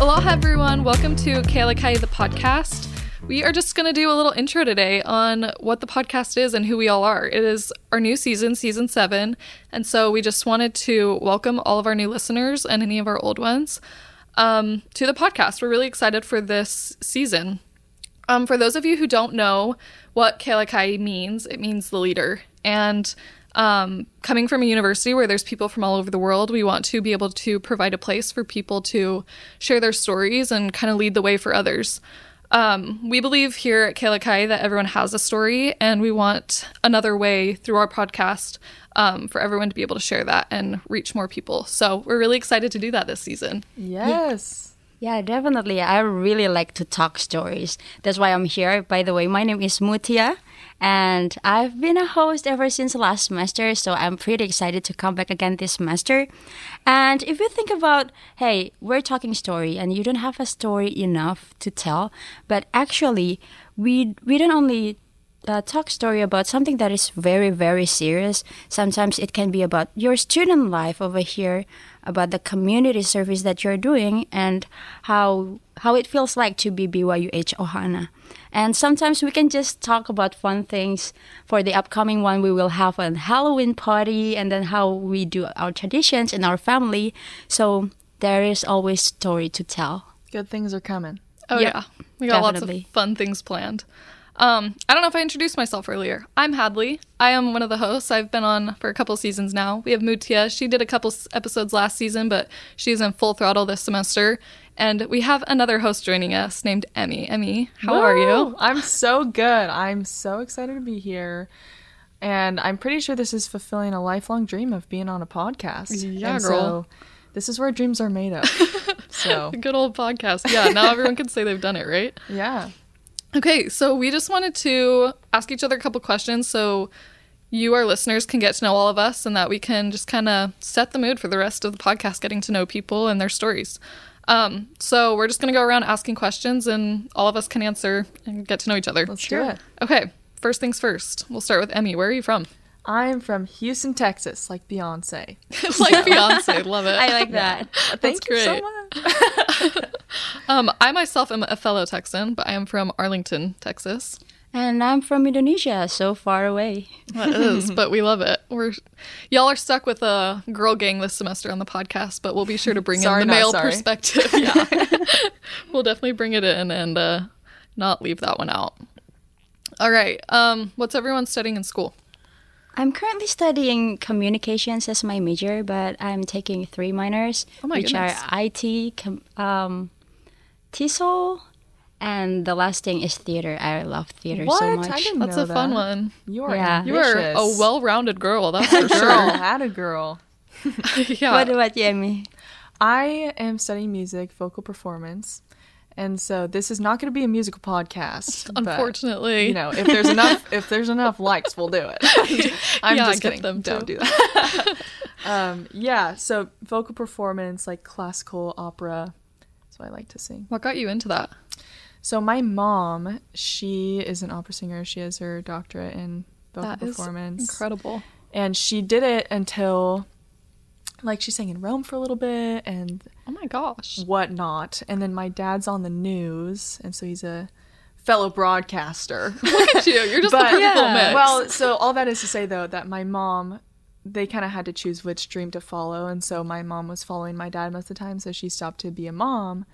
Aloha, everyone. Welcome to Kalakai, the podcast. We are just going to do a little intro today on what the podcast is and who we all are. It is our new season, season seven. And so we just wanted to welcome all of our new listeners and any of our old ones um, to the podcast. We're really excited for this season. Um, for those of you who don't know what Kalakai means, it means the leader. And um, coming from a university where there's people from all over the world, we want to be able to provide a place for people to share their stories and kind of lead the way for others. Um, we believe here at Kalakai that everyone has a story, and we want another way through our podcast um, for everyone to be able to share that and reach more people. So we're really excited to do that this season. Yes. Yeah, definitely. I really like to talk stories. That's why I'm here. By the way, my name is Mutia, and I've been a host ever since last semester, so I'm pretty excited to come back again this semester. And if you think about, hey, we're talking story, and you don't have a story enough to tell, but actually, we we don't only uh, talk story about something that is very very serious sometimes it can be about your student life over here about the community service that you're doing and how how it feels like to be BYUH Ohana and sometimes we can just talk about fun things for the upcoming one we will have a Halloween party and then how we do our traditions in our family so there is always story to tell Good things are coming. Oh Yep, yeah, we got definitely. lots of fun things planned. Um, I don't know if I introduced myself earlier. I'm Hadley. I am one of the hosts. I've been on for a couple seasons now. We have Mutia. She did a couple s- episodes last season, but she's in full throttle this semester. And we have another host joining us named Emmy. Emmy, how are you? Woo! I'm so good. I'm so excited to be here. And I'm pretty sure this is fulfilling a lifelong dream of being on a podcast. Yeah, and girl. So this is where dreams are made of. so, Good old podcast. Yeah, now everyone can say they've done it, right? yeah. Okay, so we just wanted to ask each other a couple questions so you, our listeners, can get to know all of us and that we can just kind of set the mood for the rest of the podcast, getting to know people and their stories. Um, so we're just going to go around asking questions and all of us can answer and get to know each other. Let's do it. Okay, first things first. We'll start with Emmy. Where are you from? I'm from Houston, Texas, like Beyonce. like Beyonce, love it. I like that Thank you so great. much. um, I myself am a fellow Texan, but I am from Arlington, Texas. and I'm from Indonesia so far away That is, but we love it. We're y'all are stuck with a girl gang this semester on the podcast, but we'll be sure to bring Sorry, in the not male sorry. perspective. Yeah, we'll definitely bring it in and uh, not leave that one out. All right, um, what's everyone studying in school? I'm currently studying communications as my major, but I'm taking three minors, Oh my which goodness. are IT, com- um, TESOL, and the last thing is theater. I love theater so I much. didn't That's know a fun that. one. You are Yeah. You are a ambitious. well-rounded girl. That's for girl. sure. Had a girl. yeah. What about you, Amy? I am studying music, vocal performance, and so this is not going to be a musical podcast. but, Unfortunately, you know, if there's enough, if there's enough likes, we'll do it. I'm Yeah, just get kidding. them Don't too. do that. um, yeah, so vocal performance, like classical opera, that's what I like to sing. what got you into that? So my mom, she is an opera singer. She has her doctorate in vocal That is performance incredible. and she did it until like she sang in Rome for a little bit and Oh my gosh. whatnot. And then my dad's on the news, and so he's a fellow broadcaster. Look at you. You're just a but purple mix. well, so all that is to say though that my mom, they kind of had to choose which dream to follow, and so my mom was following my dad most of the time, so she stopped to be a mom.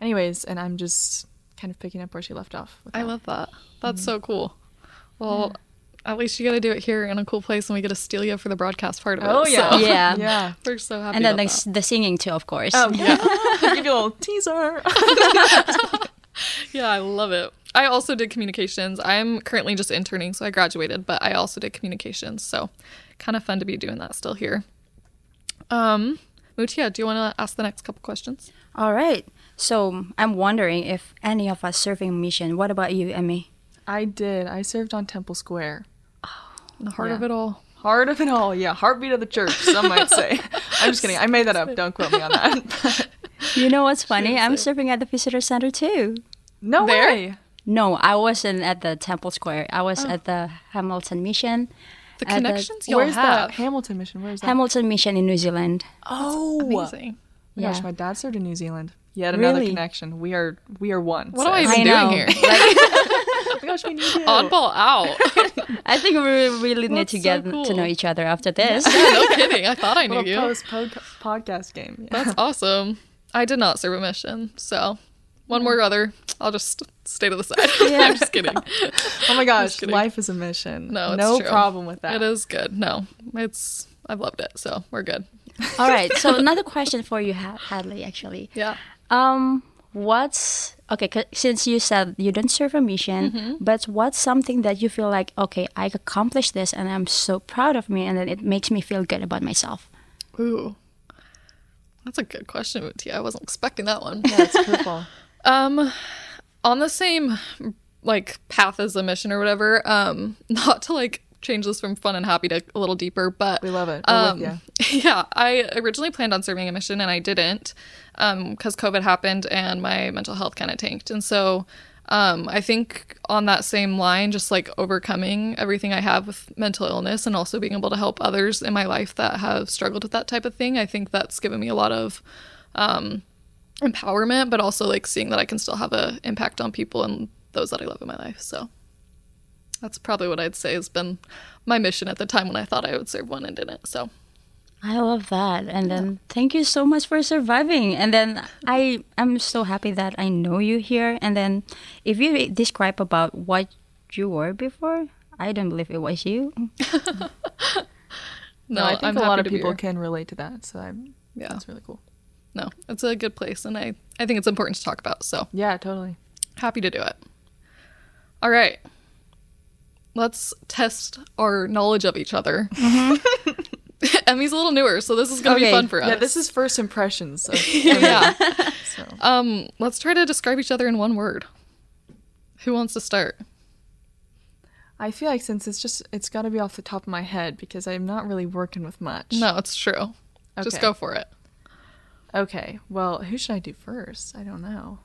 Anyways, and I'm just kind of picking up where she left off. with I that. love that. That's so cool. Well, at least you got to do it here in a cool place, and we get to steal you for the broadcast part of it. Oh yeah, so Yeah. yeah. we're so happy. And then about the, the singing too, of course. Oh yeah, give you a little teaser. that. yeah, I love it. I also did communications. I'm currently just interning, so I graduated, but I also did communications. So, kind of fun to be doing that still here. Um, Mutia, do you want to ask the next couple questions? All right. So I'm wondering if any of us serving mission. What about you, Emmy? I did. I served on Temple Square. In the heart Yeah. of it all. Heart of it all, yeah. Heartbeat of the church, some might say. I'm just kidding. I made that up. Don't quote me on that. You know what's funny? I'm serving at the visitor center too. no There? way. No, I wasn't at the Temple Square. I Oh. was at the Hamilton Mission. The Uh, the- connections y'all Where's that? have. Hamilton mission. Where's that? Hamilton Mission in New Zealand. oh, Amazing. my gosh, Yeah. my dad served in New Zealand. Yet another Really? connection. We are we are one. What am I sis. even I doing know. here? Oh my gosh, we need you. Oddball out. I think we really need That's to so get to cool. know each other after this. no kidding. I thought I knew Little you. post pod- podcast game. Yeah. That's awesome. I did not serve a mission, so one more other. I'll just stay to the side. I'm just kidding. Oh my gosh, kidding. life is a mission. No, it's no true. problem with that. It is good. No, it's I've loved it, so we're good. All right. So another question for you, Ha- Hadley. Actually, Yeah. um, what's okay? 'cause Since you said you don't serve a mission, but what's something that you feel like okay, I accomplished this, and I'm so proud of me, and then it makes me feel good about myself. Ooh, that's a good question, Mutia. I wasn't expecting that one. Yeah, it's purple. Um, on the same like path as the mission or whatever. Um, not to like change this from fun and happy to a little deeper, but We love it. We're Um, with ya. yeah, I originally planned on serving a mission and I didn't because COVID happened and my mental health kind of tanked. And so um, I think on that same line, just like overcoming everything I have with mental illness and also being able to help others in my life that have struggled with that type of thing, I think that's given me a lot of um, empowerment, but also like seeing that I can still have a impact on people and those that I love in my life. So that's probably what I'd say has been my mission at the time when I thought I would serve one and didn't. So I love that. And then thank you so much for surviving. And then I am so happy that I know you here. And then if you describe about what you were before, I don't believe it was you. no, I think I'm a lot happy to of be people here. Oh. can relate to that. So I'm, yeah, Yeah, that's really cool. no, it's a good place, and I I think it's important to talk about. So Yeah, totally. happy to do it. All right, let's test our knowledge of each other. Emmy's a little newer, so this is gonna be Okay. fun for us. Mm-hmm. Yeah, this is first impressions. Of yeah. so. Um, let's try to describe each other in one word. Who wants to start? I feel like since it's just it's got to be off the top of my head because I'm not really working with much. No, it's true. Just Okay. go for it. Okay. Well, who should I do first? I don't know.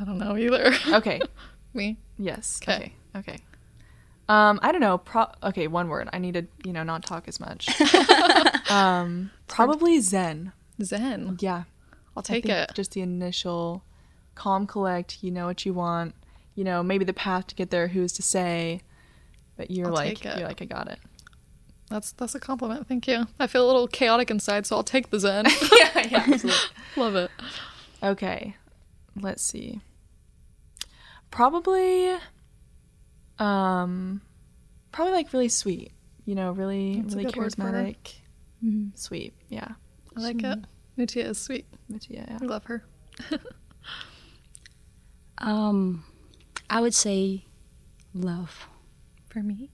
I don't know either. Okay. Me. yes. 'Kay. Okay. Okay. Um, I don't know. Pro- okay, one word. I need to, you know, not talk as much. um, probably zen. Zen. Yeah. I'll I take think it. Just the initial calm, collect, you know what you want, you know, maybe the path to get there, who's to say. But you're I'll like, take it. you're like, I got it. That's that's a compliment. Thank you. I feel a little chaotic inside, so I'll take the Zen. yeah, yeah, absolutely. Love it. Okay. Let's see. Probably um probably like really sweet. You know, really That's a really good word for her. Mm-hmm. charismatic. Sweet. Yeah. I like it. Mutia is sweet. But yeah. We love her. Um, I would say love. For me,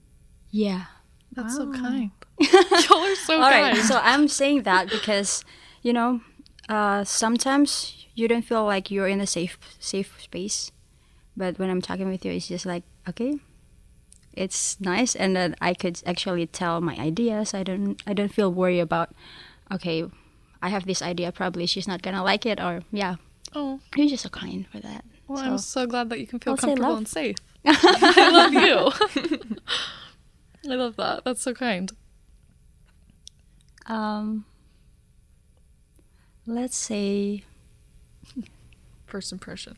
Yeah. that's so kind. Y'all are so All kind. right. So I'm saying that because, you know, uh, sometimes you don't feel like you're in a safe safe space, but when I'm talking with you, it's just like okay, it's nice, and then I could actually tell my ideas. I don't I don't feel worried about okay, I have this idea. Probably she's not gonna like it, or yeah, Oh, you're just so kind for that. well, so I'm so glad that you can feel I'll say comfortable love. and safe. I love you. I love that. That's so kind. um, let's say First impression.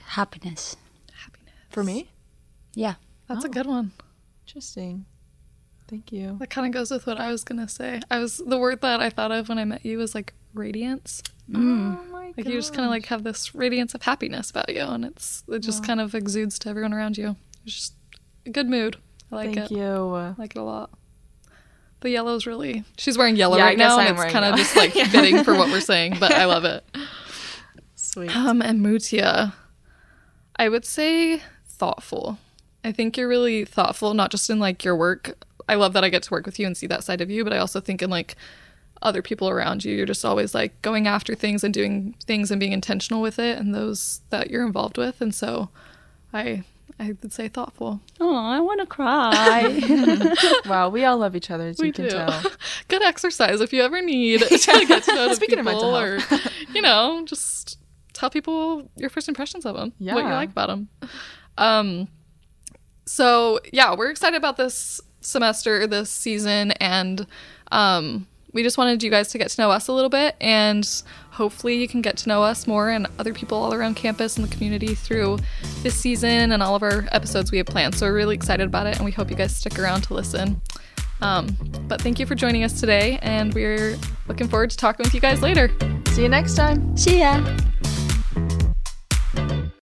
happiness. Happiness. For me? Yeah. That's a good one. Interesting. Thank you. That kind of goes with what I was gonna say. I was the word that I thought of when I met you was like radiance. Oh my god. Like you just kind of like have this radiance of happiness about you, and it's it just kind of exudes to everyone around you. It's just a good mood. I like Thank it. you. I like it a lot. The yellow's really. She's wearing yellow Yeah, I right now, guess and I'm it's wearing kind of yellow. just like fitting for what we're saying. But I love it. Sweet. Um, and Mutia, I would say thoughtful. I think you're really thoughtful, not just in like your work. I love that I get to work with you and see that side of you, but I also think in like other people around you, you're just always like going after things and doing things and being intentional with it and those that you're involved with. And so I I would say thoughtful. Oh, I want to cry. Wow, we all love each other, as We you can do. tell. Good exercise if you ever need to get to know the Speaking of people mental or you know, just tell people your first impressions of them, what you Yeah. like about them. Um, so yeah, we're excited about this semester, this season, and um, we just wanted you guys to get to know us a little bit, and hopefully, you can get to know us more and other people all around campus and the community through this season and all of our episodes we have planned. So, we're really excited about it, and we hope you guys stick around to listen. Um, but thank you for joining us today, and we're looking forward to talking with you guys later. See you next time. See ya.